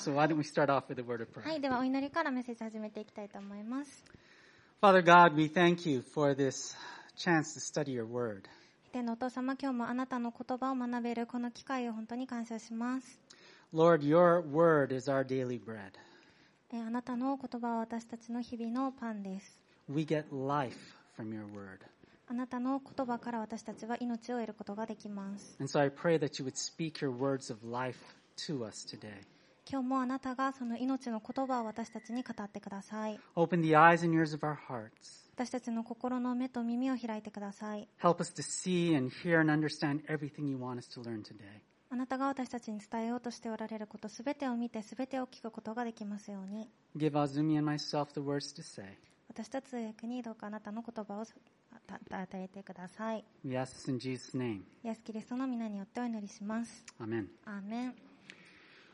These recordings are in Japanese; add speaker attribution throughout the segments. Speaker 1: So why don't we start off with a word of
Speaker 2: は
Speaker 1: prayer?
Speaker 2: い、ではお祈りからメッセージ始めていきたいと思います。
Speaker 1: Father God, we thank you for this chance to study your word.
Speaker 2: 天のお父様、今日もあなたの言葉を学べるこの機会を本当に感謝します。
Speaker 1: Lord, your word is our daily bread.
Speaker 2: えーあなたの言葉は私たちの日々のパンです。
Speaker 1: We get life from your word.
Speaker 2: あなたの言葉から私たちは命を得ることができます。
Speaker 1: And so I pray that you would speak your words of life to us today.
Speaker 2: 今日もあなたがその命の言葉を私たちに語ってください。
Speaker 1: Open the eyes and ears of our hearts.
Speaker 2: 私たちの心の目と耳を開いてください。
Speaker 1: Help us to see and hear and understand everything you want us to learn today.
Speaker 2: あなたが私たちに伝えようとしておられることすべてを見てすべてを聞くことができますように。
Speaker 1: Give Azumi and myself the words to say.
Speaker 2: 私たちにどうかあなたの言葉を与えてください。
Speaker 1: We ask this in Jesus' name.
Speaker 2: イエス・キリストの皆によってお祈りします。
Speaker 1: Amen.
Speaker 2: アーメン。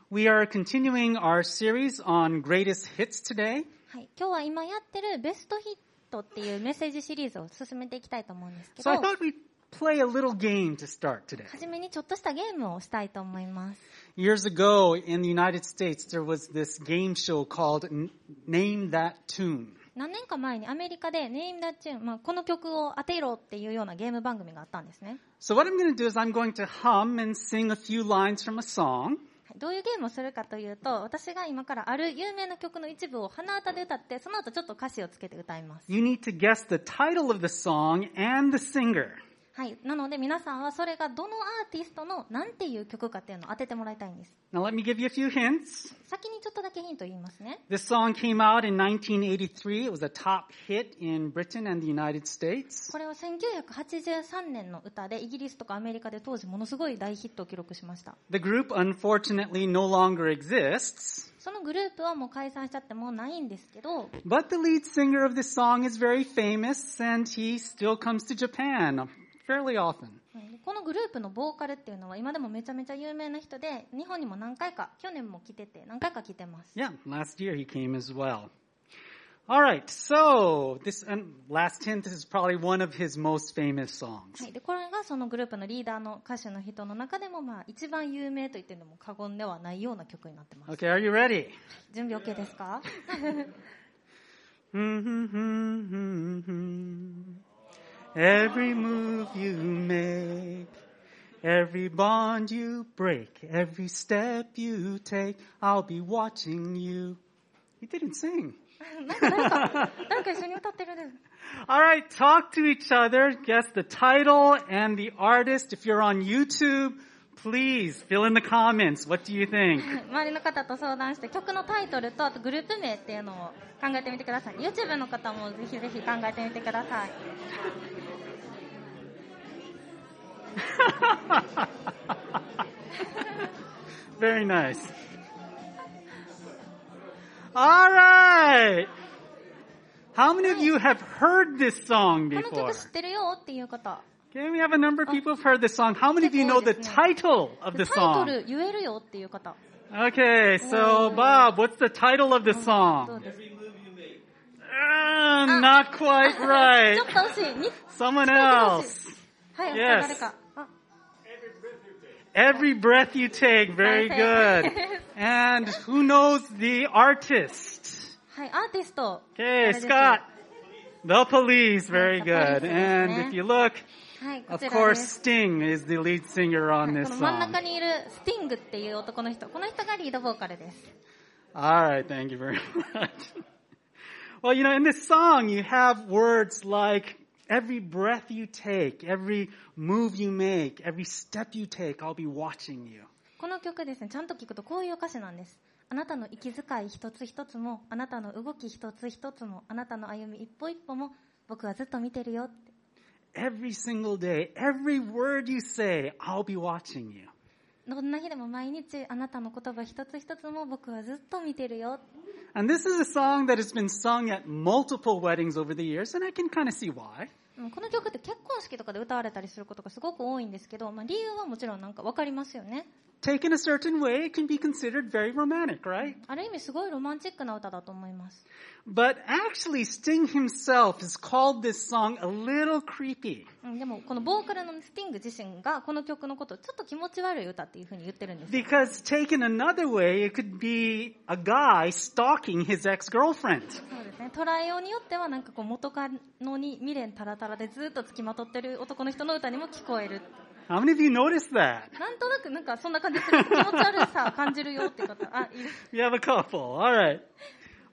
Speaker 1: We are continuing our series on greatest hits today.
Speaker 2: はい、今日は今やってるベストヒットっていうメッセージシリーズを進めていきたいと思うんですけ
Speaker 1: So
Speaker 2: ど、
Speaker 1: I thought we'd play a little game to start today.
Speaker 2: 初めにちょっとしたゲームをしたいと思います。
Speaker 1: Years ago in the United States, there was this game show called N- Name That Tune.
Speaker 2: 何年か前にアメリカでネイムダッチューン、まあ、この曲を当てろっていうようなゲーム番組があったんですね。
Speaker 1: So what I'm going to do is I'm going to hum and sing a few lines from a song.
Speaker 2: はいどういうゲームをするかというと、私が今からある有名な曲の一部を鼻歌で歌って、その後ちょっと歌詞をつけて歌います。
Speaker 1: You need to guess the title of the song and the singer.
Speaker 2: はい。なので皆さんはそれがどのアーティストの何ていう曲かっていうのを当ててもらいたいんです。
Speaker 1: Now let me give you a few hints.
Speaker 2: 先にちょっとだけヒント言いますね。
Speaker 1: This song came out in 1983. It was a top hit in Britain and the United States.
Speaker 2: これは1983年の歌でイギリスとかアメリカで当時ものすごい大ヒットを記録しました
Speaker 1: The group unfortunately no longer exists.
Speaker 2: そのグループはもう解散しちゃってもうないんですけど
Speaker 1: But the lead singer of this song is very famous and he still comes to Japan fairly often.
Speaker 2: このグループのボーカルっていうのは今でもめちゃめちゃ有名な人で日本にも何回か去年も来てて何回か来てます
Speaker 1: Yeah, last year he came as well. All right, so this and last hint this is probably one of his most famous songs.
Speaker 2: はい、でこれがそのグループのリーダーの歌手の人の中でもまあ一番有名と言っても過言ではないような曲になってます
Speaker 1: Okay, are you ready?
Speaker 2: 準備 OK ですか
Speaker 1: Every move you make, every bond you break, every step you take, I'll be watching you. He didn't sing.
Speaker 2: なんか誰か誰か一緒に歌ってるね
Speaker 1: All right, talk to each other. Guess the title and the artist. If you're on YouTube, please fill in the comments. What do you think?
Speaker 2: 周りの方と相談して曲のタイトルとあとグループ名っていうのを考えてみてください YouTube の方もぜひぜひ考えてみてください
Speaker 1: Very nice. All right. How many of you have heard this song
Speaker 2: この
Speaker 1: before?
Speaker 2: 曲知ってるよっていう方
Speaker 1: Okay, we have a number of people who've heard this song. How many of you know the title of
Speaker 2: タ
Speaker 1: the
Speaker 2: イト
Speaker 1: song?
Speaker 2: ル言えるよっていう方
Speaker 1: Okay, so Bob, what's the title of Oh, the
Speaker 2: どう
Speaker 1: song?
Speaker 2: ですか
Speaker 1: Ah, not quite
Speaker 2: ち
Speaker 1: right.
Speaker 2: ょっと惜しいに
Speaker 1: Someone else.
Speaker 2: はい、
Speaker 1: Yes
Speaker 2: 誰かあ
Speaker 1: Every breath you take. Very good. And who knows the artist?
Speaker 2: はいアーティスト
Speaker 1: Okay,
Speaker 2: 誰でしょう
Speaker 1: Scott. The Police. Very
Speaker 2: The
Speaker 1: good.
Speaker 2: Police,
Speaker 1: And
Speaker 2: yeah.
Speaker 1: if you look,
Speaker 2: はいこ
Speaker 1: of
Speaker 2: ちらで
Speaker 1: course,
Speaker 2: す
Speaker 1: Sting is the lead singer
Speaker 2: はい
Speaker 1: on this
Speaker 2: この真ん
Speaker 1: song.
Speaker 2: 中にいるスティングっていう男の人この人がリードボーカルです
Speaker 1: All right, thank you very much. Well, you know, in this song, you have words like every breath you take, every move you make, every step you take, I'll be watching you.
Speaker 2: この曲ですねちゃんと聞くとこういう歌詞なんですあなたの息遣い一つ一つもあなたの動き一つ一つもあなたの歩み一歩一歩も僕はずっと見てるよって
Speaker 1: Every single day, every word you say, I'll be watching you.
Speaker 2: どんな日でも毎日あなたの言葉一つ一つも僕はずっと見てるよ
Speaker 1: And this is a song that has been sung at multiple weddings over the years, and I can kind of see why.
Speaker 2: うんこの曲って結婚式とかで歌われたりすることがすごく多いんですけど、まあ、理由はもちろんなんか分かりますよね
Speaker 1: Taken a certain way, it can be considered very romantic, right?
Speaker 2: ある意味すごいロマンチックな歌だと思います
Speaker 1: But actually, Sting himself has called this song a little creepy
Speaker 2: うんでもこのボーカルのスティング自身がこの曲のことをちょっと気持ち悪い歌っていうふうに言ってるんです
Speaker 1: because taken another way, it could be a guy stalking his ex-girlfriend.
Speaker 2: そうですね捉えようによってはなんかこう元カノに未練たらたらでずっとつきまとってる男の人の歌にも聞こえる
Speaker 1: How many of you noticed that?
Speaker 2: なんとなくなんかそんな感じする気持ち悪さを感じるよっていう方あいいです
Speaker 1: We have a couple. All right.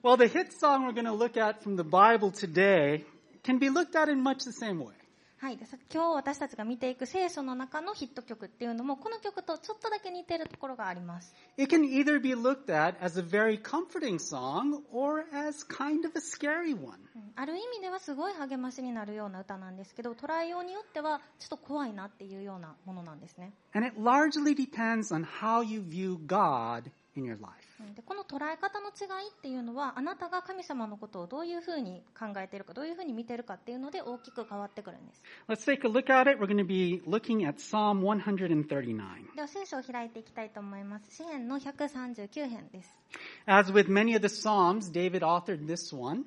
Speaker 1: Well, the hit song we're going to look at from the Bible today can be looked at in much the same way.
Speaker 2: はい、でさ今日私たちが見ていく聖書の中のヒット曲っていうのもこの曲とちょっとだけ似てるところがあります
Speaker 1: It can either be looked at as a very comforting song or as kind of a scary one.
Speaker 2: うんある意味ではすごい励ましになるような歌なんですけど捉えようによってはちょっと怖いなっていうようなものなんですね
Speaker 1: And it largely depends on how you view God in your life.
Speaker 2: うんでこの捉え方の違いっていうのはあなたが神様のことをどういうふうに考えてるかどういうふうに見てるかっていうので大きく変わってくるんです
Speaker 1: Let's take a look at it. We're going to be looking at Psalm 139.
Speaker 2: では聖書を開いていきたいと思います詩編の139編です
Speaker 1: As with many of the Psalms, David authored this one.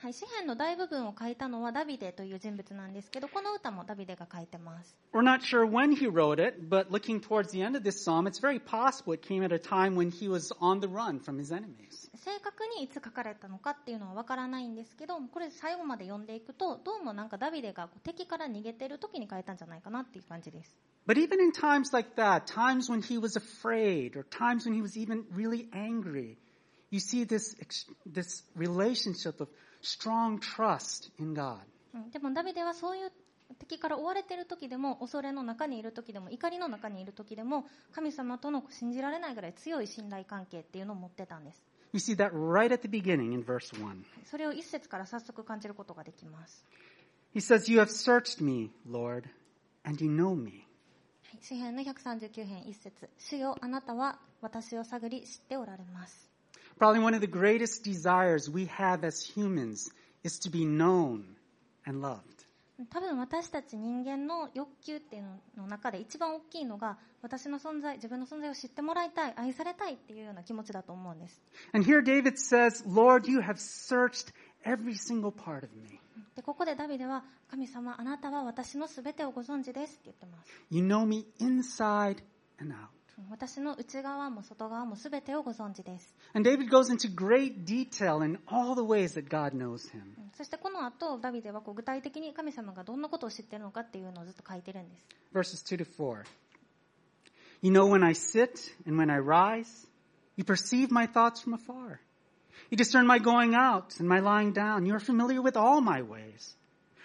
Speaker 2: はい、詩編の大部分を書いたのはダビデという人物なんですけどこの歌もダビデが書いてます
Speaker 1: We're not sure when he wrote it, but looking towards the end of this psalm, it's very possible it came at a time when he was on the run from his enemies.
Speaker 2: 正確にいつ書かれたのかっていうのはわからないんですけどこれ最後まで読んでいくとどうもなんかダビデがこう敵から逃げてる時に書いたんじゃないかなっていう感じです
Speaker 1: But even in times like that, times when he was afraid or times when he was even really angry, you see this, ex- this relationship of strong trust in God.
Speaker 2: うんでもダビデはそういう敵から追われてる時でも恐れの中にいる時でも怒りの中にいる時でも神様との信じられないぐらい強い信頼関係っていうのを持ってたんです
Speaker 1: You see that right at the beginning in verse 1.
Speaker 2: それを一節から早速感じることができます
Speaker 1: He says, You have searched me, Lord, and you know me.
Speaker 2: はい詩編の139編一節主よあなたは私を探り知っておられます
Speaker 1: Probably one of the greatest desires we have as humans is to be known and loved.
Speaker 2: 多分私たち人間の欲求っていうのの中で一番大きいのが私の存在自分の存在を知ってもらいたい愛されたいっていうような気持ちだと思うんです
Speaker 1: And here David says, Lord, you have searched every single part of me.
Speaker 2: でここでダビデは「神様あなたは私のすべてをご存知です」って言ってます
Speaker 1: You know me inside and out.
Speaker 2: 私の内側も外側もすべてをご存知です
Speaker 1: And David goes into great detail in all the ways that God knows him.
Speaker 2: うんそしてこの後ダビデはこう具体的に神様がどんなことを知ってるのかっていうのをずっと書いてるんです
Speaker 1: Verses 2 to 4. You know when I sit and when I rise, you perceive my thoughts from afar. You discern my going out and my lying down. You are familiar with all my ways.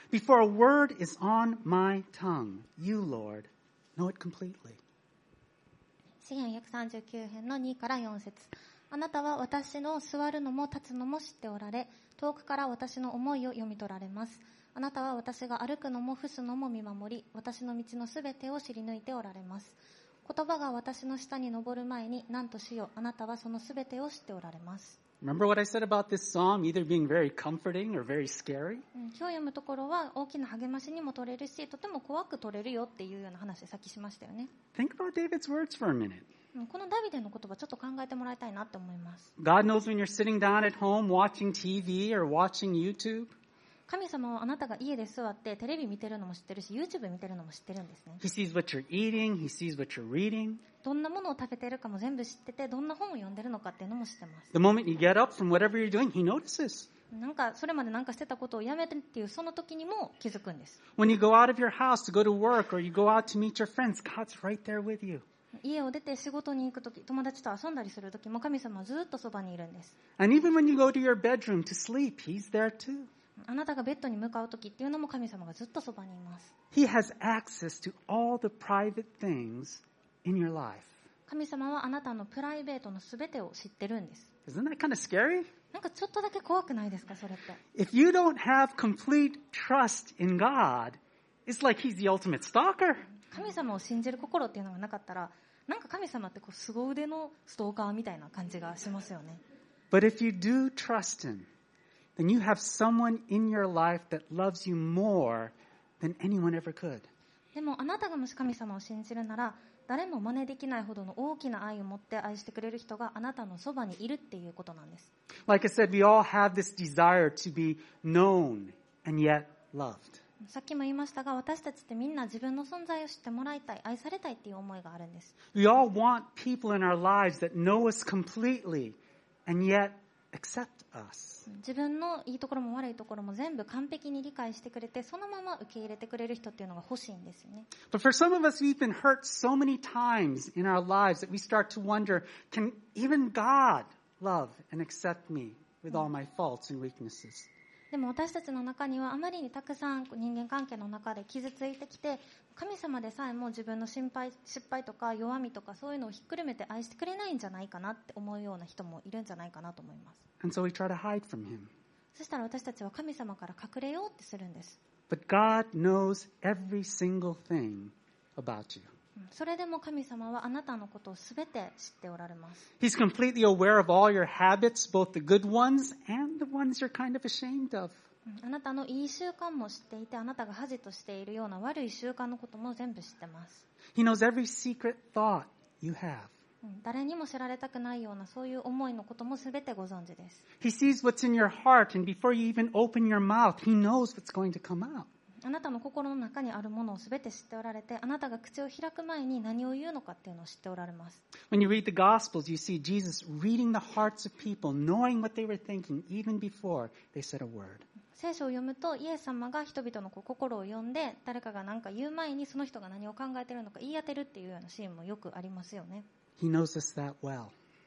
Speaker 1: Before a word is on my tongue, you, Lord, know it completely.
Speaker 2: 詩篇139編の2から4節あなたは私の座るのも立つのも知っておられ遠くから私の思いを読み取られますあなたは私が歩くのも伏すのも見守り私の道のすべてを知り抜いておられます言葉が私の下に登る前になんとしようあなたはそのすべてを知っておられます、
Speaker 1: Remember what I said about this psalm either being very comforting or very scary?
Speaker 2: うん今日読むところは大きな励ましにも取れるしとても怖く取れるよっていうような話さっきしましたよね、
Speaker 1: Think about David's words for a minute.
Speaker 2: うんこのダビデの言葉ちょっと考えてもらいたいなって思います
Speaker 1: God knows when you're sitting down at home watching TV or watching YouTube.
Speaker 2: 神様はあなたが家で座ってテレビ見てるのも知ってるし YouTube 見てるのも知ってるんですね
Speaker 1: He sees what you're eating. He sees what you're reading.
Speaker 2: どんなものを食べてるかも全部知っててどんな本を読んでるのかっていうのも知ってます
Speaker 1: The moment you get up from whatever you're doing, he notices.
Speaker 2: なんかそれまでなんかしてたことをやめてっていうその時にも気づくんです
Speaker 1: When you go out of your house to go to work or you go out to meet your friends, God's right there with you.
Speaker 2: 家を出て仕事に行く時友達と遊んだりする時も神様はずっとそばにいるんです
Speaker 1: And even when you go to your bedroom to sleep, he's there too.
Speaker 2: あなたがベッドに向かう時っていうのも神様がずっとそばにいます
Speaker 1: He has access to all the private things in your life.
Speaker 2: 神様はあなたのプライベートの全てを知ってるんです
Speaker 1: Isn't that kind of scary?
Speaker 2: なんかちょっとだけ怖くないですかそれって
Speaker 1: If you don't have complete trust in God, it's like he's the ultimate stalker.
Speaker 2: 神様を信じる心っていうのがなかったらなんか神様ってこう凄腕のストーカーみたいな感じがしますよね
Speaker 1: But if you do trust Him, then you have someone in your life that loves you more than anyone ever could.
Speaker 2: でもあなたがもし神様を信じるなら誰も真似できないほどの大きな愛を持って愛してくれる人があなたのそばにいるっていうことなんです
Speaker 1: Like I said, we all have this desire to be known and yet loved.
Speaker 2: さっきも言いましたが私たちってみんな自分の存在を知ってもらいたい愛されたいっていう思いがあるんです
Speaker 1: We all want people in our lives that know us completely and yet accept us.
Speaker 2: 自分のいいところも悪いところも全部完璧に理解してくれてそのまま受け入れてくれる人っていうのが欲しいんですよね
Speaker 1: But for some of us, we've been hurt so many times in our lives that we start to wonder, can even God love and accept me with all my faults and weaknesses?
Speaker 2: でも私たちの中にはあまりにたくさん人間関係の中で傷ついてきて神様でさえも自分の心配失敗とか弱みとかそういうのをひっくるめて愛してくれないんじゃないかなって思うような人もいるんじゃないかなと思います
Speaker 1: And so we try to hide from him.
Speaker 2: そしたら私たちは神様から隠れようってするんです
Speaker 1: But God knows every single thing about you.
Speaker 2: うんそれでも神様はあなたのことを全て知っておられます
Speaker 1: He's completely aware of all your habits, both the good ones and the ones you're kind of ashamed of.
Speaker 2: うんあなたのいい習慣も知っていてあなたが恥としているような悪い習慣のことも全部知ってます
Speaker 1: He knows every secret thought you have.
Speaker 2: うん誰にも知られたくないようなそういう思いのことも全てご存知です
Speaker 1: He sees what's in your heart, and before you even open your mouth, he knows what's going to come out.
Speaker 2: あなたの心の中にあるものを全て知っておられてあなたが口を開く前に何を言うのかっていうのを知っておられます
Speaker 1: When you read the Gospels, you see Jesus reading the hearts of people, knowing what they were thinking even before they said a word.
Speaker 2: 聖書を読むとイエス様が人々のこう心を読んで誰かが何か言う前にその人が何を考えてるのか言い当てるっていうようなシーンもよくありますよね、
Speaker 1: He knows us that well.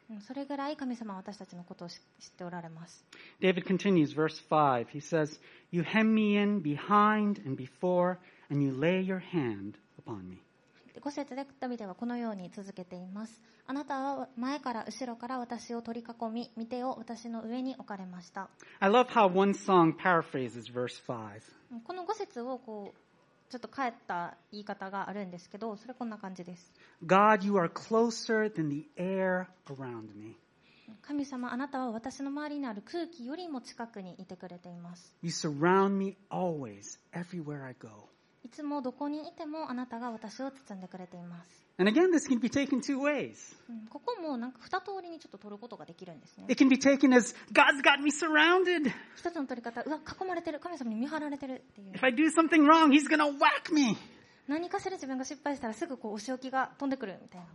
Speaker 2: うん、それぐらい神様は私たちのことを知知っておられます
Speaker 1: David continues, verse 5. He says, You hem me in behind and before, and you lay your hand upon me.
Speaker 2: で5節でダビデはこのように続けていますあなたは前から後ろから私を取り囲み見てを私の上に置かれました
Speaker 1: I love how one song paraphrases verse 5.
Speaker 2: うんこの5節をこうちょっと変えた言い方があるんですけどそれこんな感じです
Speaker 1: God, you are closer than the air around me.
Speaker 2: 神様あなたは私の周りにある空気よりも近くにいてくれています
Speaker 1: You surround me always, everywhere I go.
Speaker 2: いつもどこにいてもあなたが私を包んでくれています、
Speaker 1: And again, this can be taken two ways.
Speaker 2: うんここもなんか2通りにちょっと取ることができるんですね
Speaker 1: It can be taken as God's got me surrounded.
Speaker 2: 一つの取り方うわ囲まれてる神様に見張られてるっていう
Speaker 1: If I do something wrong, He's going to whack me.
Speaker 2: 何かしら自分が失敗したらすぐこうお仕置きが飛んでくるみたいな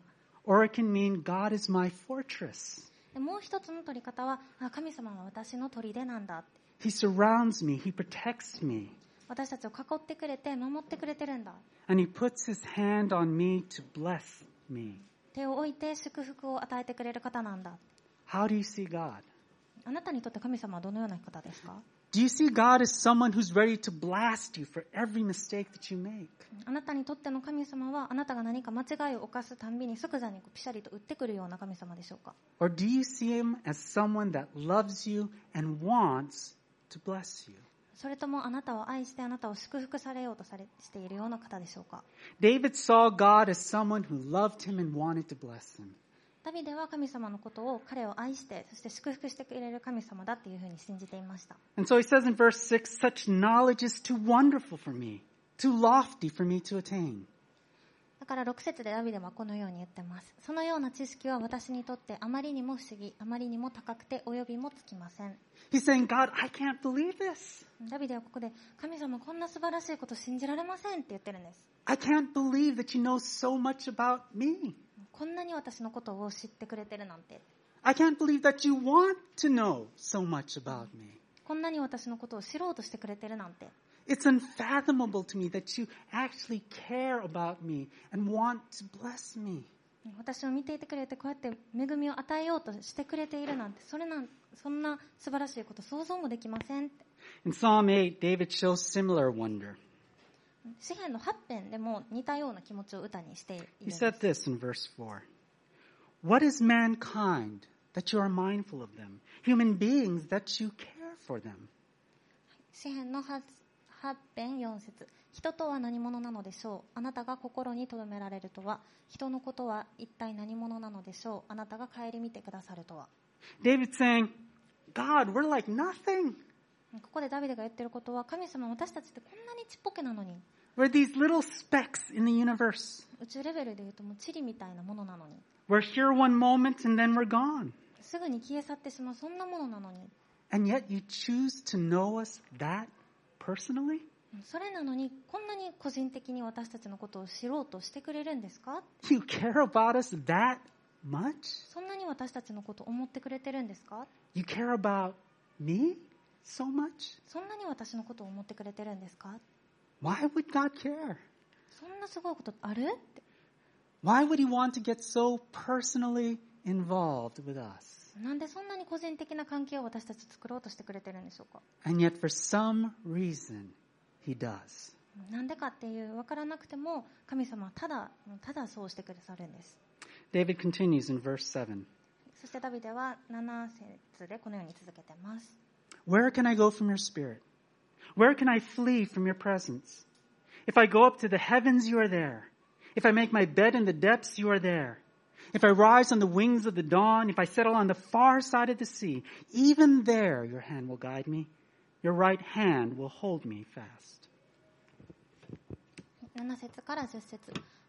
Speaker 1: Or it can mean God is my fortress.
Speaker 2: でもう一つの取り方はあ神様は私の砦なんだって
Speaker 1: He surrounds me, He protects me,
Speaker 2: 私たちを囲ってくれて守ってくれてるんだ
Speaker 1: and He puts His hand on me to bless me.
Speaker 2: 手を置いて祝福を与えてくれる方なんだ
Speaker 1: How do you see God?
Speaker 2: あなたにとって神様はどのような方ですか
Speaker 1: Do you see God as someone who's ready to blast you for every mistake that you make?
Speaker 2: あなたにとっての神様はあなたが何か間違いを犯すたんびに即座にこうピシャリと打ってくるような神様でしょうか
Speaker 1: Or do you see Him as someone that loves you and wants to bless you?
Speaker 2: それともあなたを愛してあなたを祝福されようとされしているような方でしょうか
Speaker 1: David saw God as someone who loved him and wanted to bless him.
Speaker 2: ダビデは神様のことを彼を愛してそして祝福してくれる神様だっていうふうに信じていました
Speaker 1: And so he says in verse 6 such knowledge is too wonderful for me, too lofty for me to attain.
Speaker 2: だから6節でダビデはこのように言ってますそのような知識は私にとってあまりにも不思議あまりにも高くて及びもつきません
Speaker 1: He's saying, God, I can't believe this.
Speaker 2: ダビデはここで神様こんな素晴らしいこと信じられませんって言ってるんです
Speaker 1: I can't believe that you know so much about me.
Speaker 2: こんなに私のことを知ってくれてるなんて
Speaker 1: I can't believe that you want to know so much about me.
Speaker 2: こんなに私のことを知ろうとしてくれてるなんて
Speaker 1: It's unfathomable to me that you actually care about me and want to bless me.
Speaker 2: 私を見ていてくれてこうやって恵みを与えようとしてくれているなんてそれなんそんな素晴らしいこと想像もできませんって
Speaker 1: In Psalm 8, David shows similar wonder.
Speaker 2: 詩篇の8編でも似たような気持ちを歌にしているん
Speaker 1: He
Speaker 2: です
Speaker 1: said this in verse 4 What is mankind that you are mindful of them? Human beings that you care for them.
Speaker 2: 詩篇の 8, 8編4節人とは何者なのでしょうあなたが心に留められるとは人のことは一体何者なのでしょうあなたが顧みてくださるとは
Speaker 1: David's saying, God, we're like nothing.
Speaker 2: うんここでダビデが言ってることは神様私たちってこんなにちっぽけなのに
Speaker 1: We're these little specks in the universe.
Speaker 2: 宇宙レベルで言うともう塵みたいなものなのに
Speaker 1: We're here one moment and then we're gone.
Speaker 2: すぐに消え去ってしまうそんなものなのに
Speaker 1: And yet you choose to know us that personally?
Speaker 2: それなのにこんなに個人的に私たちのことを知ろうとしてくれるんですか
Speaker 1: You care about us that much?
Speaker 2: そんなに私たちのことを思ってくれてるんですか
Speaker 1: You care about me so much?
Speaker 2: そんなに私のことを思ってくれてるんですか
Speaker 1: Why would God care?
Speaker 2: そんなすごいことあるって
Speaker 1: Why would He want to get so personally involved with us?
Speaker 2: なんでそんなに個人的な関係を私たち作ろうとしてくれてるんでしょうか
Speaker 1: And yet, for some reason, He does.
Speaker 2: なんでかっていう分からなくても神様はただただそうしてくださるんです
Speaker 1: David continues in verse 7
Speaker 2: そしてダビデは7節でこのように続けてます
Speaker 1: Where can I go from your spirit? Where can I flee from your presence? If I go up to the heavens, you are there. If I make my bed in the depths, you are there. If I rise on the wings of the dawn, if I settle on the far side of the sea, even there your hand will guide me. Your right hand will hold me fast.
Speaker 2: 7節から10節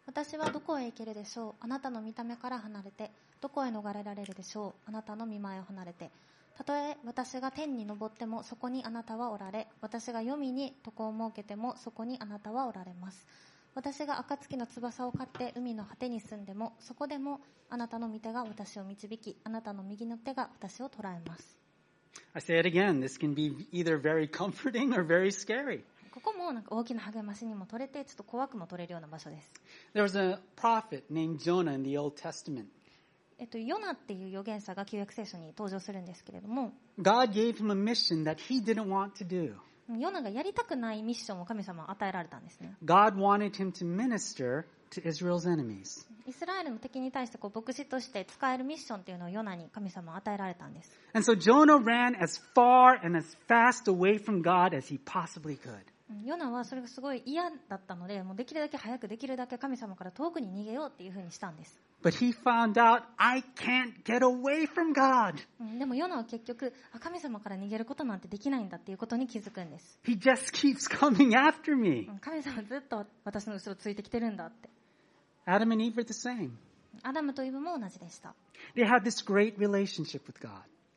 Speaker 2: 私はどこへ行けるでしょうあなたの見た目から離れてどこへ逃れられるでしょうあなたの見前を離れてたとえ私が天に登ってもそこにあなたはおられ私が黄泉に床を設けてもそこにあなたはおられます私が暁の翼を買って海の果てに住んでもそこでもあなたの御手が私を導きあなたの右の手が私を捉えます
Speaker 1: I say it again, this can be either very comforting or very scary.
Speaker 2: ここもなんか大きな励ましにも取れてちょっと怖くも取れるような場所です
Speaker 1: There was a prophet named Jonah in the Old Testament.
Speaker 2: えっと、ヨナっていう預言者が旧約聖書に登場するんですけれども
Speaker 1: God gave him a mission that he didn't want to do.
Speaker 2: ヨナがやりたくないミッションを神様は与えられたんですね
Speaker 1: God wanted him to minister to Israel's enemies.
Speaker 2: イスラエルの敵に対してこう牧師として使えるミッションっていうのをヨナに神様は与えられたんです
Speaker 1: And so Jonah ran as far and as fast away from God as he possibly could.
Speaker 2: ヨナはそれがすごい嫌だったのでもうできるだけ早くできるだけ神様から遠くに逃げようっていうふうにしたんです
Speaker 1: But he found out, I can't get away from God.
Speaker 2: うんでもヨナは結局あ神様から逃げることなんてできないんだっていうことに気づくんです
Speaker 1: He just keeps coming after me.
Speaker 2: うん神様ずっと私の後ろついてきてるんだって
Speaker 1: Adam and Eve were the same.
Speaker 2: アダムとイブも同じでした
Speaker 1: They had this great relationship with God,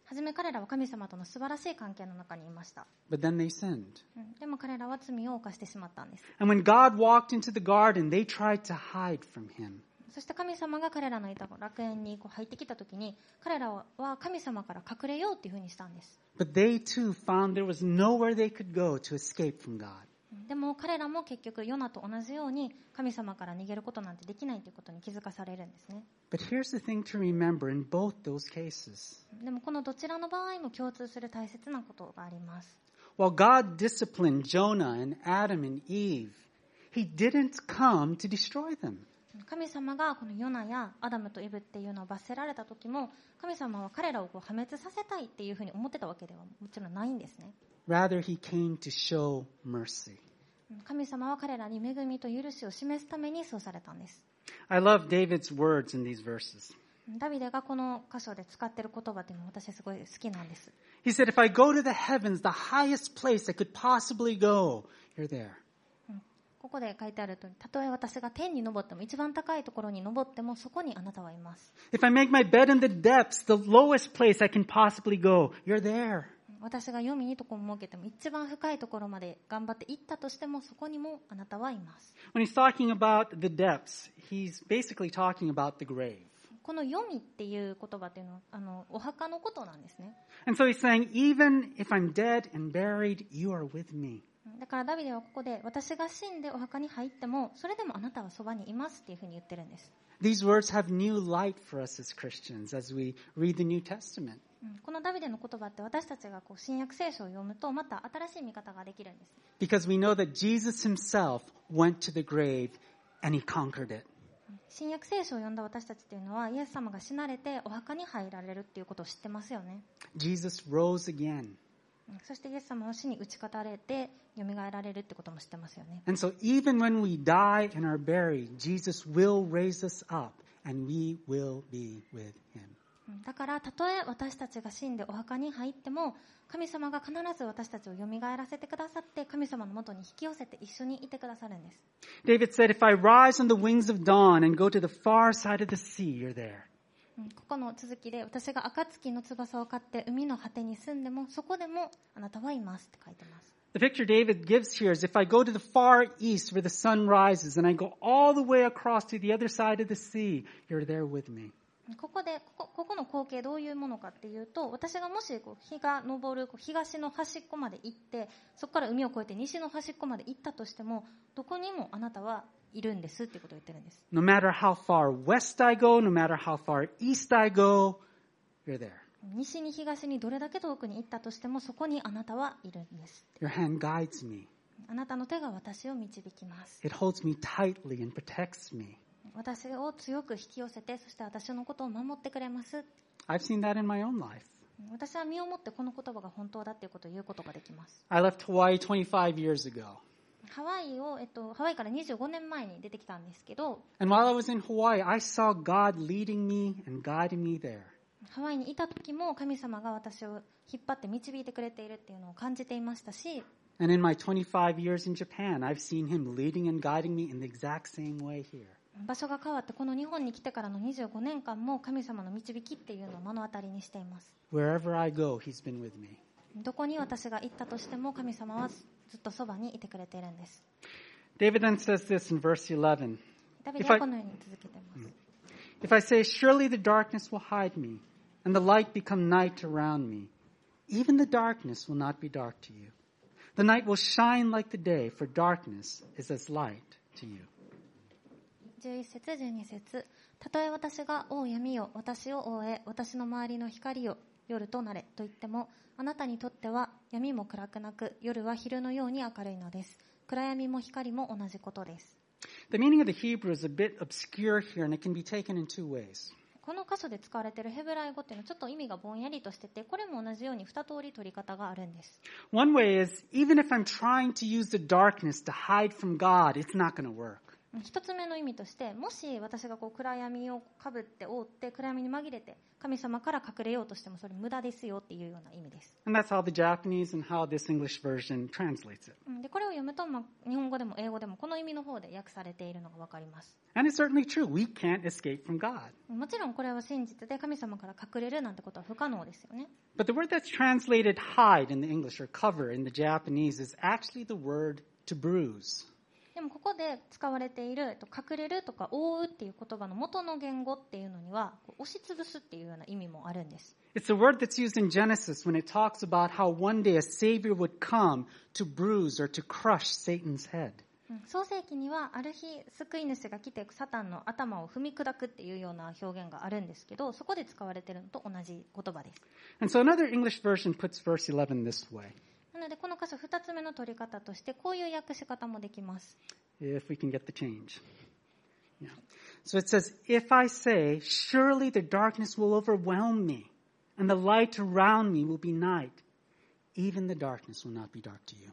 Speaker 2: 初め彼らは神様との素晴らしい関係の中にいました
Speaker 1: but then they sinned.
Speaker 2: うんでも彼らは罪を犯してしまったんです
Speaker 1: And when God walked into the garden, they tried to hide from him.
Speaker 2: そして神様が彼らのいた楽園にこう入ってきた時に彼らは神様から隠れようっていうふうにしたんです
Speaker 1: But they too found there was nowhere they could go to escape from God.
Speaker 2: うんでも彼らも結局ヨナと同じように神様から逃げることなんてできないということに気づかされるんですね
Speaker 1: But here's the thing to remember in both those cases.
Speaker 2: うんでもこのどちらの場合も共通する大切なことがあります
Speaker 1: While God disciplined Jonah and Adam and Eve, he didn't come to destroy them.
Speaker 2: うん神様がこのヨナやアダムとイブっていうのを罰せられた時も神様は彼らをこう破滅させたいっていうふうに思ってたわけではもちろんないんですね
Speaker 1: Rather, he came to show mercy.
Speaker 2: うん神様は彼らに恵みと許しを示すためにそうされたんです
Speaker 1: I love David's words in these verses.
Speaker 2: ダビデがこの箇所で使ってる言葉っていうのも私すごい好きなんです。
Speaker 1: He said, If I go to the heavens, the highest place I could possibly go, you're there.
Speaker 2: ここで書いてあるとりたとえ私が天に登っても一番高いところに登ってもそこにあなたはいます。
Speaker 1: If I make my bed in the depths, the lowest place I can possibly go, you're there.
Speaker 2: 私が読みにとこを設けても一番深いところまで頑張って行ったとしてもそこにもあなたはいます。
Speaker 1: When he's talking about the depths, he's basically talking about the grave.
Speaker 2: この読みっていう言葉っていうのはあのお墓のことなんですね。
Speaker 1: And so he's saying, Even if I'm dead and buried, you are with me.
Speaker 2: だからダビデはここで私が死んでお墓に入ってもそれでもあなたはそばにいますっていうふうに言ってるんです。
Speaker 1: These words have new light for us as Christians as we read the New Testament.
Speaker 2: うんこのダビデの言葉って私たちがこう新約聖書を読むとまた新しい見方ができるんです。
Speaker 1: Because we know that Jesus himself went to the grave and he conquered it.
Speaker 2: 新約聖書を読んだ私たちっていうのはイエス様が死なれてお墓に入られるっていうことを知ってますよね
Speaker 1: Jesus rose again.
Speaker 2: うんそしてイエス様の死に打ち勝たれて蘇られるってことも知ってますよね
Speaker 1: And so even when we die and are buried, Jesus will raise us up and we will be with him.
Speaker 2: うんうんだからたとえ私たちが死んでお墓に入っても神様が必ず私たちをよみがえらせてくださって神様のもとに引き寄せて一緒にいてくださるんです
Speaker 1: David said, If I rise on the wings of dawn and go to the far side of the sea, you're there.
Speaker 2: うんここの続きで私が暁の翼を買って海の果てに住んでもそこでもあなたはいますって書いてます
Speaker 1: The picture David gives here is if I go to the far east where the sun rises and I go all the way across to the other side of the sea, you're there with me.
Speaker 2: ここでここここの光景どういうものかっていうと私がもしこう日が昇るこう東の端っこまで行ってそこから海を越えて西の端っこまで行ったとしてもどこにもあなたはいるんですっていうことを言ってるんです
Speaker 1: No matter how far west I go, no matter how far east I go, you're there.
Speaker 2: 西に東にどれだけ遠くに行ったとしてもそこにあなたはいるんですって
Speaker 1: Your hand guides me.
Speaker 2: あなたの手が私を導きます
Speaker 1: It holds me tightly and protects me.
Speaker 2: 私を強く引き寄せてそして私のことを守ってくれます
Speaker 1: I've seen that in my own life.
Speaker 2: 私は身をもってこの言葉が本当だっていうことを言うことができます
Speaker 1: I left Hawaii 25 years ago.
Speaker 2: ハワイを、えっと、ハワイから25年前に出てきたんですけど
Speaker 1: And while I was in Hawaii, I saw God leading me and guiding me there.
Speaker 2: ハワイにいた時も神様が私を引っ張って導いてくれているっていうのを感じていましたし
Speaker 1: And in my 25 years in Japan, I've seen him leading and guiding me in the exact same way here.
Speaker 2: 場所が変わってこの日本に来てからの25年間も神様の導きっていうのを目の当たりにしています
Speaker 1: Wherever I go, he's been with me.
Speaker 2: どこに私が行ったとしても神様はずずっとそばにいてくれているんです
Speaker 1: David then says this in verse 11
Speaker 2: ダビデ
Speaker 1: If
Speaker 2: は
Speaker 1: I-
Speaker 2: このように続けています
Speaker 1: If I say, Surely the darkness will hide me, and the light become night around me, even the darkness will not be dark to you. The night will shine like the day, for darkness is as light to you.
Speaker 2: 11節12節たとえ私が「おう闇よ私を覆え私の周りの光よ夜となれ」と言ってもあなたにとっては闇も暗くなく夜は昼のように明るいのです暗闇も光も同じことです
Speaker 1: The meaning of the Hebrew is a bit obscure here, and it can be taken in two ways.
Speaker 2: この箇所で使われているヘブライ語っていうのはちょっと意味がぼんやりとしててこれも同じように2通り取り方があるんです
Speaker 1: One way is, even if I'm trying to use the darkness to hide from God, it's not going to work.
Speaker 2: 1つ目の意味としてもし私がこう暗闇をかぶって覆って暗闇に紛れて神様から隠れようとしてもそれ無駄ですよっていうような意味です
Speaker 1: And that's how the Japanese and how this English version translates it.
Speaker 2: うんでこれを読むと、まあ、日本語でも英語でもこの意味の方で訳されているのが分かります
Speaker 1: And it's certainly true. We can't escape from God.
Speaker 2: もちろんこれは真実で神様から隠れるなんてことは不可能ですよね
Speaker 1: But the word that's translated hide in the English or cover in the Japanese is actually the word to bruise.
Speaker 2: でもここで使われているえっと隠れるとか覆うっていう言葉の元の言語っていうのにはこう押しつぶすっていうような意味もあるんです
Speaker 1: It's the word that's used in Genesis when it talks about how one day a savior would come to bruise or to crush Satan's head.
Speaker 2: うん創世記にはある日救い主が来てサタンの頭を踏み砕くっていうような表現があるんですけどそこで使われているのと同じ言葉です
Speaker 1: And so another English version puts verse 11 this way,
Speaker 2: なのでこの箇所2つ目の取り方としてこういう訳し方もできます
Speaker 1: if we can get the change. Yeah. So it says, If I say, surely the darkness will overwhelm me, and the light around me will be night, even the darkness will not be dark to you.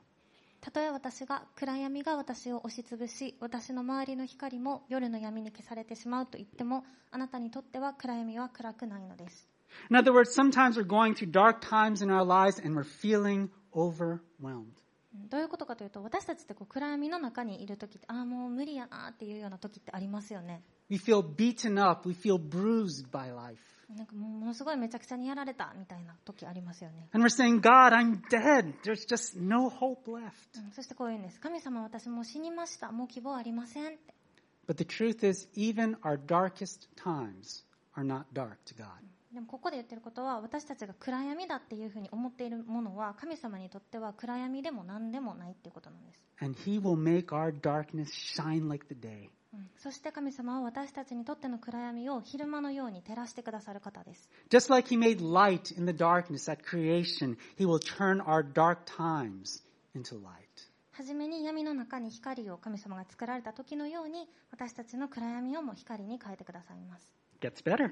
Speaker 2: たとえ私が暗闇が私を押しつぶし私の周りの光も夜の闇に消されてしまうと言ってもあなたにとっては暗闇は暗くないのです
Speaker 1: In other words, sometimes we're going through dark times in our lives and we're feeling overwhelmed.
Speaker 2: うんどういうことかというと私たちってこう暗闇の中にいる時ってああもう無理やなっていうような時ってありますよね
Speaker 1: We feel beaten up. We feel bruised by life.
Speaker 2: なんかもうものすごいめちゃくちゃにやられたみたいな時ありますよね
Speaker 1: And we're saying, God, I'm dead. There's just no hope left.
Speaker 2: うんそしてこういうんです神様私もう死にましたもう希望ありませんって
Speaker 1: But the truth is, even our darkest times are not dark to God.
Speaker 2: でもここで言ってることは私たちが暗闇だっていうふうに思っているものは神様にとっては暗闇でも何でもないっていうことなんです
Speaker 1: And He will make our darkness shine like the day.
Speaker 2: うんそして神様は私たちにとっての暗闇を昼間のように照らしてくださる方です。
Speaker 1: Just like He made light in the darkness at creation, He will turn our dark times into light.
Speaker 2: はじめに闇の中に光を神様が作られた時のように私たちの暗闇をも光に変えてくださいます。
Speaker 1: Gets better.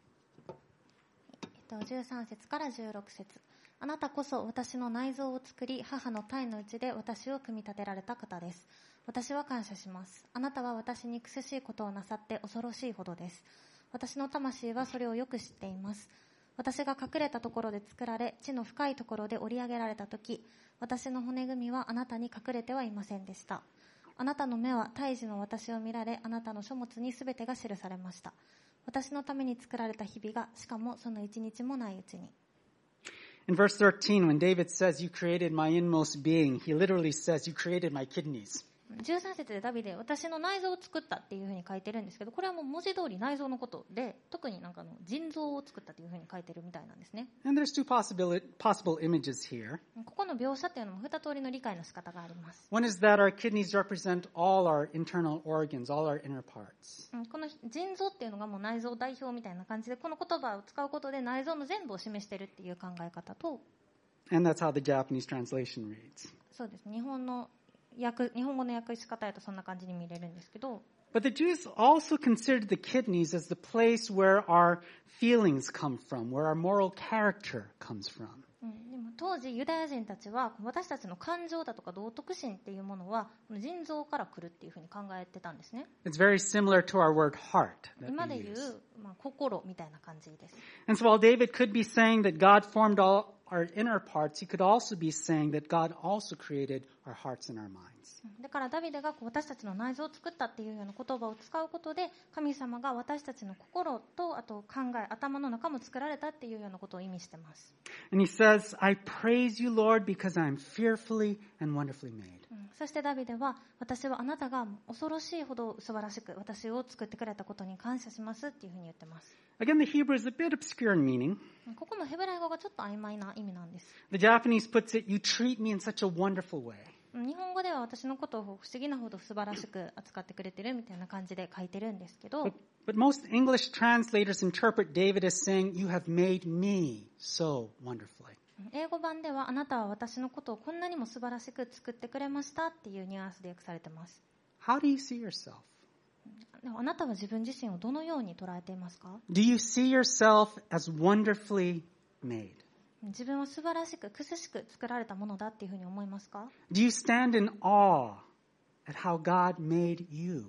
Speaker 2: えっと13節から16節あなたこそ私の内臓を作り母の体の内で私を組み立てられた方です私は感謝しますあなたは私に苦しいことをなさって恐ろしいほどです私の魂はそれをよく知っています私が隠れたところで作られ地の深いところで織り上げられた時私の骨組みはあなたに隠れてはいませんでしたあなたの目は胎児の私を見られあなたの書物にすべてが記されました私のために作られた日々がしかもその一日もないうちに
Speaker 1: In verse 13, when David says, You created my inmost being, he literally says, You created my kidneys.
Speaker 2: 13節でダビデ私の内臓を作ったっていうふうに書いてるんですけどこれはもう文字通り内臓のことで特になんかあの腎臓を作ったっていうふうに書いてるみたいなんですね
Speaker 1: And there's two possibili- possible images here.
Speaker 2: ここの描写っていうのも2通りの理解の仕方があります、
Speaker 1: One is that our kidneys represent all our internal organs, all our inner parts.
Speaker 2: うんこの腎臓っていうのがもう内臓代表みたいな感じでこの言葉を使うことで内臓の全部を示してるっていう考え方と
Speaker 1: And that's how the Japanese translation reads.
Speaker 2: そうです日本の訳日本語の訳し方やとそんな感じに見れるんですけど
Speaker 1: But the Jews also considered the kidneys as the place where our feelings come from, where our moral character comes from.
Speaker 2: うんでも当時ユダヤ人たちは私たちの感情だとか道徳心っていうものはこの腎臓から来るっていうふうに考えてたんですね
Speaker 1: It's very similar to our word heart. That
Speaker 2: 今
Speaker 1: we
Speaker 2: で言う
Speaker 1: use.、
Speaker 2: まあ、心みたいな感じです
Speaker 1: And so while David could be saying that God formed all our inner parts, he could also be saying that God also created our hearts and our minds.
Speaker 2: だからダビデがこう私たちの内臓を作ったっていうような言葉を使うことで神様が私たちの心とあと考え頭の中も作られたっていうようなことを意味してます、
Speaker 1: And he says, I praise you, Lord, because I am fearfully and wonderfully made.
Speaker 2: うんそしてダビデは私はあなたが恐ろしいほど素晴らしく私を作ってくれたことに感謝しますっていうふうに言ってます
Speaker 1: Again, the Hebrew is a bit obscure in meaning.
Speaker 2: ここもヘブライ語がちょっと曖昧な意味なんです
Speaker 1: The Japanese puts it, you treat me in such a wonderful way.
Speaker 2: 日本語では私のことを不思議なほど素晴らしく 扱ってくれてるみたいな感じで書いてるんですけど
Speaker 1: But, but most English translators interpret David as saying, You have made me so wonderfully.
Speaker 2: 英語版ではあなたは私のことをこんなにも素晴らしく作ってくれましたっていうニュアンスで訳されてます
Speaker 1: How do you see yourself?
Speaker 2: でもあなたは自分自身をどのように捉えていますか
Speaker 1: Do you see yourself as wonderfully made?
Speaker 2: 自分は素晴らしく苦しく作られたものだっていうふうに思いますか
Speaker 1: Do you stand in awe at how God made you?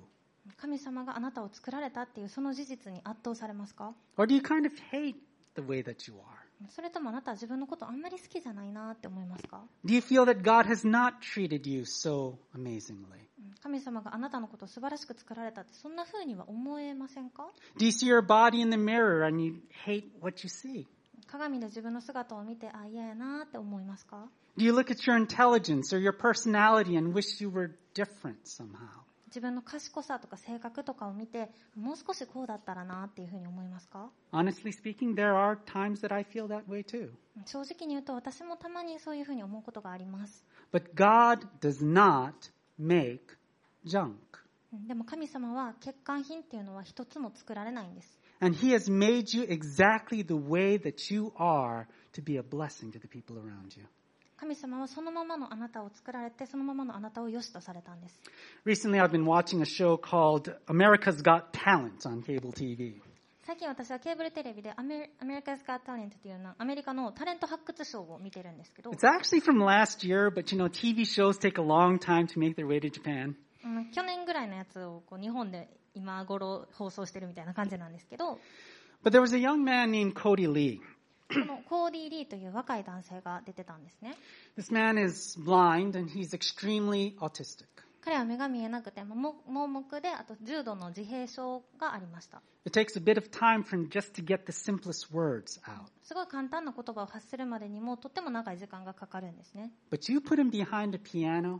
Speaker 2: 神様があなたを作られたっていうその事実に圧倒されますか
Speaker 1: Or do you kind of hate the way that you are?
Speaker 2: それともあなたは自分のことあんまり好きじゃないなって思いますか
Speaker 1: Do you feel that God has not treated you so amazingly?
Speaker 2: 神様があなたのことを素晴らしく作られたってそんな風には思えませんか
Speaker 1: Do you see your body in the mirror and you hate what you see?
Speaker 2: 鏡で自分の姿を見てあ嫌やなって思いますか
Speaker 1: Do you look at your intelligence or your personality and wish you were different somehow?
Speaker 2: 自分の賢さとか性格とかを見てもう少しこうだったらなっていうふうに思いますか
Speaker 1: Honestly speaking, there are times that I feel that way too.
Speaker 2: 正直に言うと私もたまにそういうふうに思うことがあります
Speaker 1: But God does not make junk.
Speaker 2: うんでも神様は欠陥品っていうのは一つも作られないんです
Speaker 1: And He has made you exactly the way that you are to be a blessing to the people around you.
Speaker 2: 神様はそのままのあなたを作られてそのままのあなたを良しとされたんです
Speaker 1: Recently, I've been watching a show called America's Got Talent on cable TV.
Speaker 2: 最近私はケーブルテレビでアメアメリカスカータレントっていうなアメリカのタレント発掘ショーを見てるんですけど
Speaker 1: It's actually from last year, but you know, TV shows take a long time to make their way to Japan.
Speaker 2: うん去年ぐらいのやつをこう日本で今頃放送してるみたいな感じなんですけど
Speaker 1: But there was a young man named Cody Lee.
Speaker 2: このコーディ・リーという若い男性が出てたんですね
Speaker 1: This man is blind and he's extremely autistic.
Speaker 2: 彼は目が見えなくてまあも盲目であと重度の自閉症がありました
Speaker 1: It takes a bit of time for him just to get the simplest words out.
Speaker 2: すごい簡単な言葉を発するまでにもとっても長い時間がかかるんですね
Speaker 1: But you put him behind a piano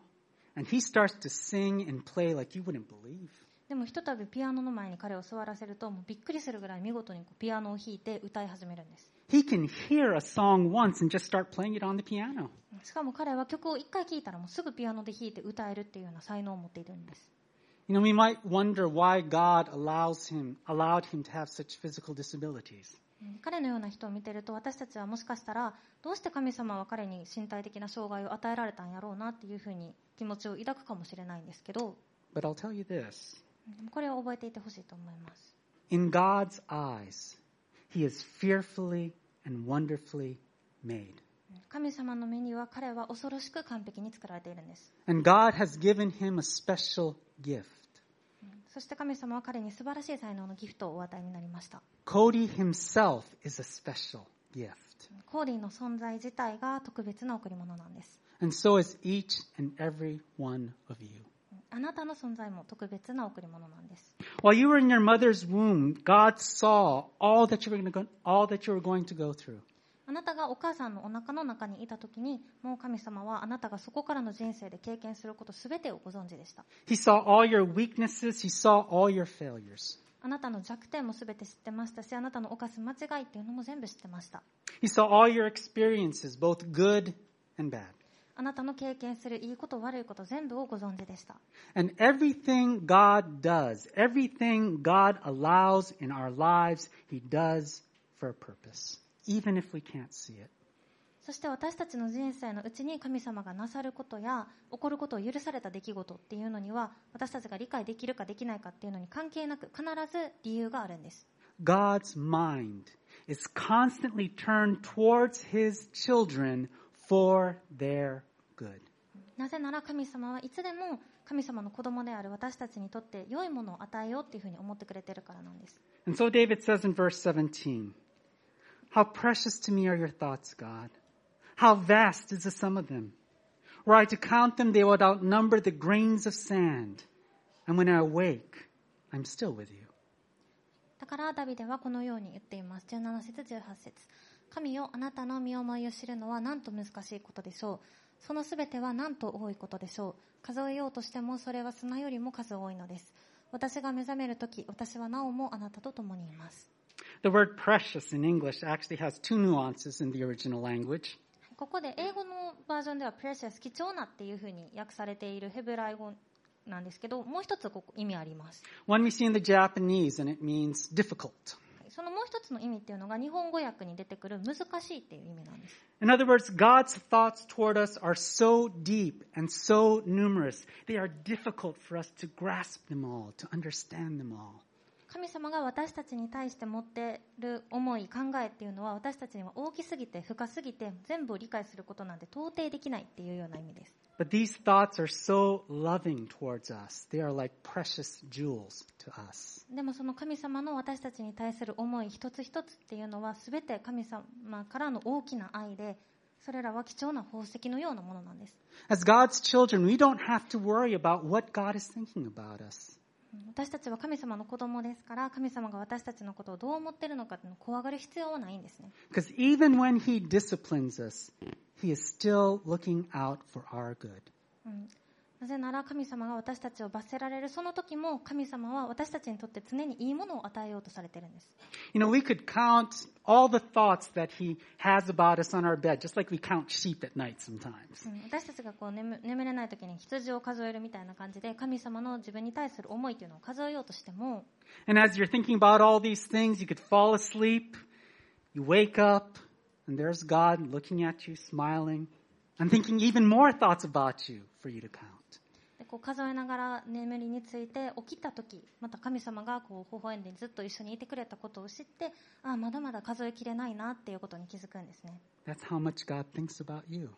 Speaker 1: and he starts to sing and play like you wouldn't believe.
Speaker 2: でもひとたびピアノの前に彼を座らせるともうびっくりするぐらい見事にこうピアノを弾いて歌い始めるんです
Speaker 1: He can hear a song once and just start playing it on the piano.
Speaker 2: しかも彼は曲を一回聴いたらもうすぐピアノで弾いて歌えるっていうような才能を持っているんです
Speaker 1: You know, we might wonder why God allows him, allowed him to have such physical disabilities.
Speaker 2: うん彼のような人を見てると私たちはもしかしたらどうして神様は彼に身体的な障害を与えられたんやろうなっていうふうに気持ちを抱くかもしれないんですけど
Speaker 1: But I'll tell you this
Speaker 2: うんでもこれを覚えていてほしいと思います
Speaker 1: in God's eyes, he is fearfully and wonderfully made.
Speaker 2: うん神様の目には彼は恐ろしく完璧に作られているんです
Speaker 1: And God has given him a special gift.
Speaker 2: うんそして神様は彼に素晴らしい才能のギフトをお与えになりました
Speaker 1: Cody himself is a special gift.
Speaker 2: うんコーリーの存在自体が特別な贈り物なんです
Speaker 1: And so is each and every one of you.
Speaker 2: うんあなたの存在も特別な贈り物なんです
Speaker 1: While you were in your mother's womb, God saw all that you were, gonna go, all that you were going to go through.
Speaker 2: あなたがお母さんのお腹の中にいた時にもう神様はあなたがそこからの人生で経験すること全てをご存知でした
Speaker 1: He saw all your weaknesses. He saw all your failures.
Speaker 2: あなたの弱点も全て知ってましたしあなたの犯す間違いっていうのも全部知ってました
Speaker 1: He saw all your experiences, both good and bad.
Speaker 2: あなたの経験するいいこと悪いこと全部をご存知でした
Speaker 1: And everything God does, everything God allows in our lives, He does for a purpose, even if we can't see it.
Speaker 2: そして私たちの人生のうちに神様がなさることや起こることを許された出来事っていうのには私たちが理解できるかできないかっていうのに関係なく必ず理由があるんです
Speaker 1: God's mind is constantly turned towards His children for their good.
Speaker 2: なぜなら神様はいつでも神様の子供である私たちにとって良いものを与えようっていうふうに思ってくれてるからなんです。
Speaker 1: And so David says in verse 17, How precious to me are your thoughts, God. How vast is the sum of them. Were I to count them, they would outnumber the grains of sand. And when I awake, I'm still with you.
Speaker 2: だからダビデはこのように言っています。17節18節神よあなたの身思いを知るのはなんと難しいことでしょう。そのすべてはなんと多いことでしょう。数えようとしてもそれは砂よりも数多いのです。私が目覚めるとき、私はなおもあなたと共にいます。
Speaker 1: The word precious in English actually has two nuances in the original language.
Speaker 2: ここで英語のバージョンでは precious 貴重なっていうふうに訳されているヘブライ語なんですけど、もう一つここ意味あります。
Speaker 1: One we see in the Japanese, and it means difficult.
Speaker 2: はいそのもう一つの意味っていうのが日本語訳に出てくる難しいっていう意味なんです
Speaker 1: In other words, God's thoughts toward us are so deep and so numerous, they are difficult for us to grasp them all, to understand them all.
Speaker 2: 神様が私たちに対して持ってる思い考えっていうのは私たちには大きすぎて深すぎて全部を理解することなんて到底できないっていうような意味です
Speaker 1: But these thoughts are so loving towards us. They are like precious jewels to us.
Speaker 2: でもその神様の私たちに対する思い一つ一つっていうのは全て神様からの大きな愛でそれらは貴重な宝石のようなものなんです
Speaker 1: As God's children, we don't have to worry about what God is thinking about us.
Speaker 2: うん私たちは神様の子供ですから神様が私たちのことをどう思ってるのかっていうのを怖がる必要はないんですね
Speaker 1: Because even when He disciplines us, He is still looking out for our good.
Speaker 2: うんなぜなら神様が私たちを罰せられるその時も神様は私たちにとって常にいいものを与えようとされてるんです
Speaker 1: You know, we could count all the thoughts that He has about us on our bed, just like we count sheep at night sometimes.
Speaker 2: うん私たちがこう眠眠れない時に羊を数えるみたいな感じで神様の自分に対する思いというのを数えようとしても
Speaker 1: And as you're thinking about all these things, you could fall asleep, you wake up, and there's God looking at you, smiling, and thinking even more thoughts about you for you to count.
Speaker 2: でこう数えながら眠りについて起きた時また神様がこう微笑んでずっと一緒にいてくれたことを知ってああまだまだ数えきれないなっていうことに気づくんですね、
Speaker 1: That's how much God thinks about you.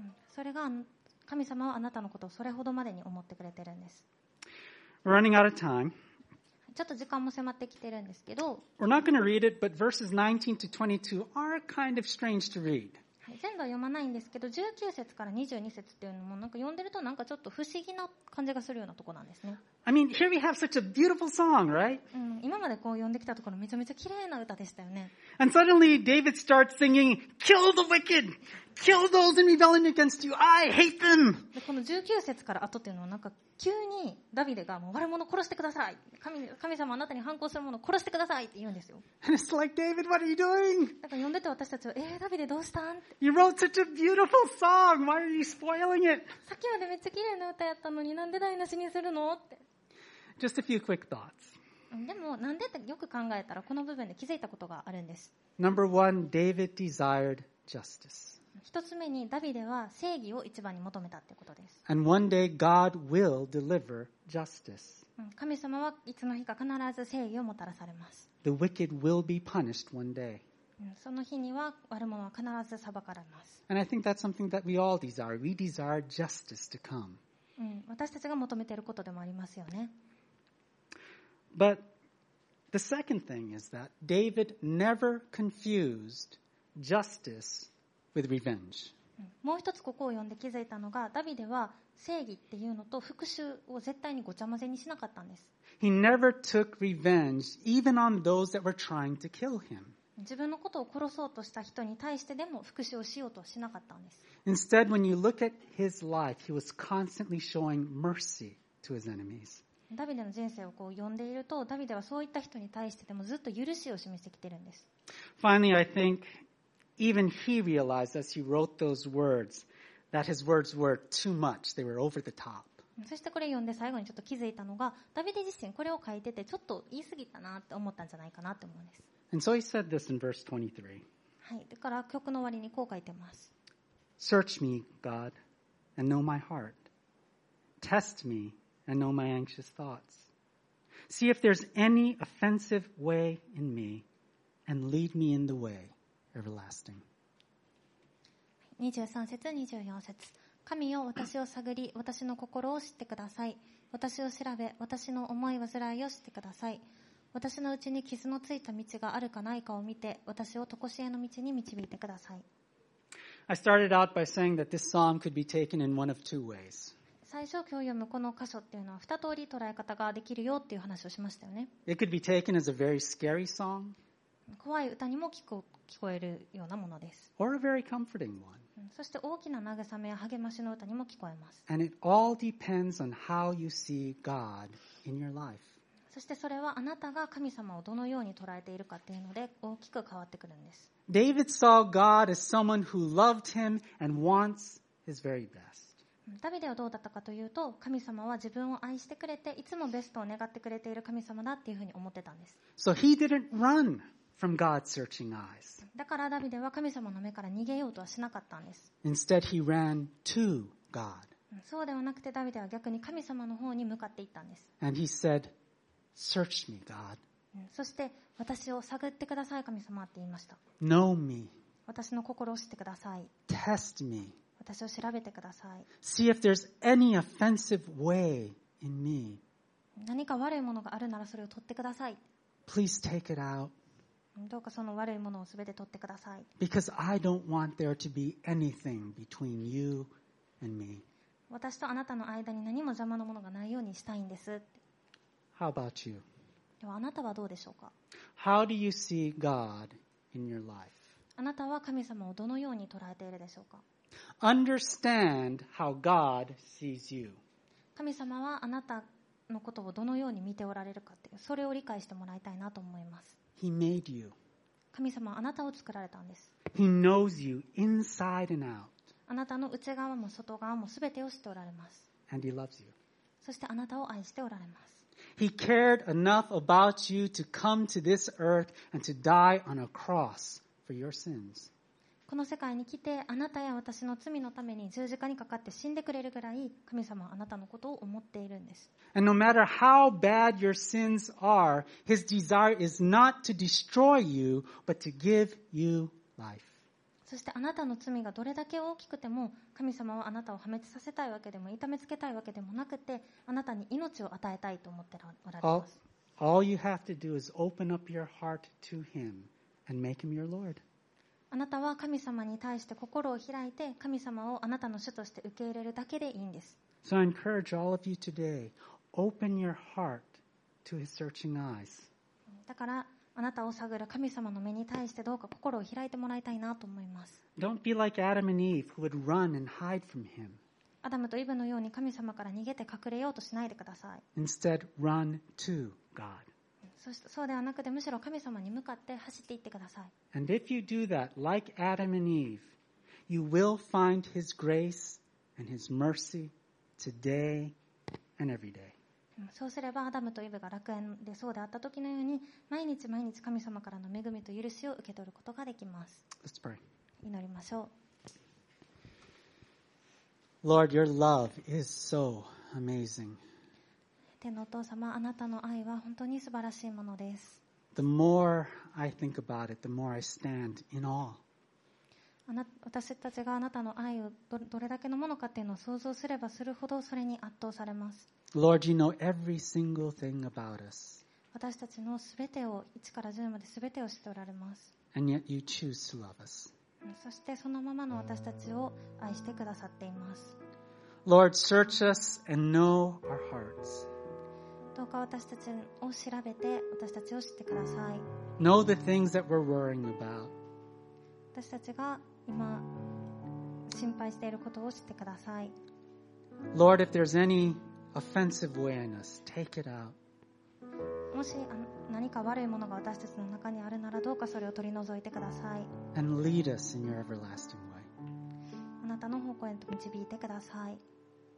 Speaker 2: うんそれがあの神様はあなたのことをそれほどまでに思ってくれてるんです
Speaker 1: We're running out of time.
Speaker 2: ちょっと時間も迫ってきてるんですけど
Speaker 1: We're not going to read it, but verses 19 to 22 are kind of strange to read.
Speaker 2: はい全部は読まないんですけど19節から22節っていうのもなんか読んでるとなんかちょっと不思議な感じがするようなとこなんですね、
Speaker 1: I mean, here we have such a beautiful song, right?
Speaker 2: うん、今までこう読んできたところめちゃめちゃ綺麗な歌でしたよね
Speaker 1: And suddenly David starts singing, Kill the wicked! Kill those in rebellion against you! I hate them!
Speaker 2: でこの19節から後っていうのはなんか急にダビデがもう悪者殺してください神神様あなたに反抗する者を殺してくださいって言うんですよ
Speaker 1: And it's like, David, what are you doing?
Speaker 2: だから読んでて私たちはえー、ダビデどうしたんって
Speaker 1: You wrote such a beautiful song. Why are you spoiling it?
Speaker 2: さっきまでめっちゃ綺麗な歌やったのになんで台無しにするのって
Speaker 1: Just a few quick thoughts.
Speaker 2: うんでもなんでってよく考えたらこの部分で気づいたことがあるんです
Speaker 1: Number one, David desired justice.
Speaker 2: 一つ目にダビデは正義を一番に求めたってことです
Speaker 1: And one day, God will deliver justice.
Speaker 2: うん神様はいつの日か必ず正義をもたらされます、
Speaker 1: The wicked will be punished one day.
Speaker 2: うんその日には悪者は必ず裁かれます、
Speaker 1: And I think that's something that we all desire. We desire justice to come.
Speaker 2: うん、私たちが求めていることでもありますよね
Speaker 1: But the second thing is that David never confused justice with revenge.
Speaker 2: うんもう一つここを読んで気づいたのがダビデは正義っていうのと復讐を絶対にごちゃ混ぜにしなかったんです
Speaker 1: He never took revenge even on those that were trying to kill him.
Speaker 2: 自分のことを殺そうとした人に対してでも復讐をしようとはしなかったんです
Speaker 1: Instead, when you look at his life, he was constantly showing mercy to his enemies.
Speaker 2: ダビデの人生をこう読んでいるとダビデはそういった人に対してでもずっと許しを示してきてるんです
Speaker 1: Finally, I think even he realized as he wrote those words that his words were too much, they were over the top.
Speaker 2: そしてこれ読んで最後にちょっと気づいたのがダビデ自身これを書いててちょっと言い過ぎたなって思ったんじゃないかなって思うんです、
Speaker 1: And so he said this in verse 23
Speaker 2: はい、だから曲の終わりにこう書いてます、
Speaker 1: Search me, God, and know my heart. Test me and know my anxious thoughts. See if there's any offensive way in me, and lead me in the way everlasting.
Speaker 2: 23節24節神よ私を探り私の心を知ってください私を調べ私の思い煩いを知ってください私のうちに傷のついた道があるかないかを見て私を常しえの道に導いてください
Speaker 1: I started out by saying that this psalm could be taken in one of two ways.
Speaker 2: 最初今日読むこの箇所っていうのは二通り捉え方ができるよっていう話をしましたよね
Speaker 1: It could be taken as a very scary song
Speaker 2: 怖い歌にも聞こ聞こえるようなものです、
Speaker 1: or a very comforting one.
Speaker 2: うんそして大きな慰めや励ましの歌にも聞こえます
Speaker 1: And it all depends on how you see God in your life.
Speaker 2: そしてそれはあなたが神様をどのように捉えているかっていうので大きく変わってくるんです
Speaker 1: David saw God as someone who loved him and wants his very best.
Speaker 2: うんダビデはどうだったかというと神様は自分を愛してくれていつもベストを願ってくれている神様だっていうふうに思ってたんです
Speaker 1: So he didn't run from God's searching eyes.
Speaker 2: だからダビデは神様の目から逃げようとはしなかったんです
Speaker 1: Instead, he ran to God
Speaker 2: うんそうではなくてダビデは逆に神様の方に向かっていったんです
Speaker 1: and he said, Search me, God.
Speaker 2: うんそして私を探ってください神様って言いました
Speaker 1: Know me.
Speaker 2: 私の心を知ってください
Speaker 1: Test me.
Speaker 2: 私を調べてください
Speaker 1: See if there's any offensive way in me.
Speaker 2: 何か悪いものがあるならそれを取ってください
Speaker 1: Please take it out
Speaker 2: どうかその悪いものを全て取ってください
Speaker 1: because I don't want there to be anything between you and me.
Speaker 2: 私とあなたの間に何も邪魔なものがないようにしたいんです
Speaker 1: How about you?
Speaker 2: ではあなたはどうでしょうか
Speaker 1: How do you see God in your life?
Speaker 2: あなたは神様をどのように捉えているでしょうか
Speaker 1: Understand how God sees you.
Speaker 2: 神様はあなたのことをどのように見ておられるかっていうそれを理解してもらいたいなと思います
Speaker 1: He made you.
Speaker 2: 神様はあなたを作られたんです
Speaker 1: He knows you inside and out,
Speaker 2: あなたの内側も外側も全てを知っておられます
Speaker 1: and He loves you.
Speaker 2: そしてあなたを愛しておられます
Speaker 1: He cared enough about you to come to this earth and to die on a cross for your sins.
Speaker 2: この世界に来てあなたや私の罪のために十字架にかかって死んでくれるぐらい神様はあなたのことを思っているんです
Speaker 1: And no matter how bad your sins are, His desire is not to destroy you, but to give you life.
Speaker 2: そしてあなたの罪がどれだけ大きくても神様はあなたを破滅させたいわけでも痛めつけたいわけでもなくてあなたに命を与えたいと思っておられ
Speaker 1: All,
Speaker 2: ます
Speaker 1: all you have to do is open up your heart to Him and make Him your Lord.
Speaker 2: あなたは神様に対して心を開いて神様をあなたの主として受け入れるだけでいいんです
Speaker 1: So I encourage all of you today open your heart to His searching eyes.
Speaker 2: だからあなたを探る神様の目に対してどうか心を開いてもらいたいなと思います
Speaker 1: Don't be like Adam and Eve who would run and hide from him.
Speaker 2: アダムとイブのように神様から逃げて隠れようとしないでください
Speaker 1: Instead, run to God.
Speaker 2: そしてそうではなくてむしろ神様に向かって走っていってください
Speaker 1: And if you do that, like Adam and Eve, you will find his grace and his mercy today and every day.
Speaker 2: うんそうすればアダムとイブが楽園でそうであった時のように毎日毎日神様からの恵みと許しを受け取ることができます
Speaker 1: Let's pray.
Speaker 2: 祈りましょう
Speaker 1: Lord, your love is so amazing.
Speaker 2: 天のお父様あなたの愛は本当に素晴らしいものです
Speaker 1: The more I think about it, the more I stand in awe.
Speaker 2: あな私たちがあなたの愛をどどれだけのものかっていうのを想像すればするほどそれに圧倒されます
Speaker 1: Lord, you know every single thing about us,
Speaker 2: 私たちの全てを1から10まで全てを知っておられます
Speaker 1: and yet you choose to love us.
Speaker 2: うんそしてそのままの私たちを愛してくださっています
Speaker 1: Lord, search us and know our hearts.
Speaker 2: どうか私たちを調べて私たちを知ってください
Speaker 1: Know the things that we're worrying about.
Speaker 2: 私たちが今心配していることを知ってください
Speaker 1: Lord, if there's any offensive way in us, take it out.
Speaker 2: もしあの何か悪いものが私たちの中にあるならどうかそれを取り除いてください
Speaker 1: and lead us in your everlasting way.
Speaker 2: あなたの方向へと導いてください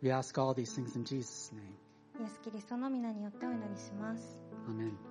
Speaker 1: We ask all these things in Jesus' name.
Speaker 2: イエス・キリストの皆によってお祈りします
Speaker 1: Amen.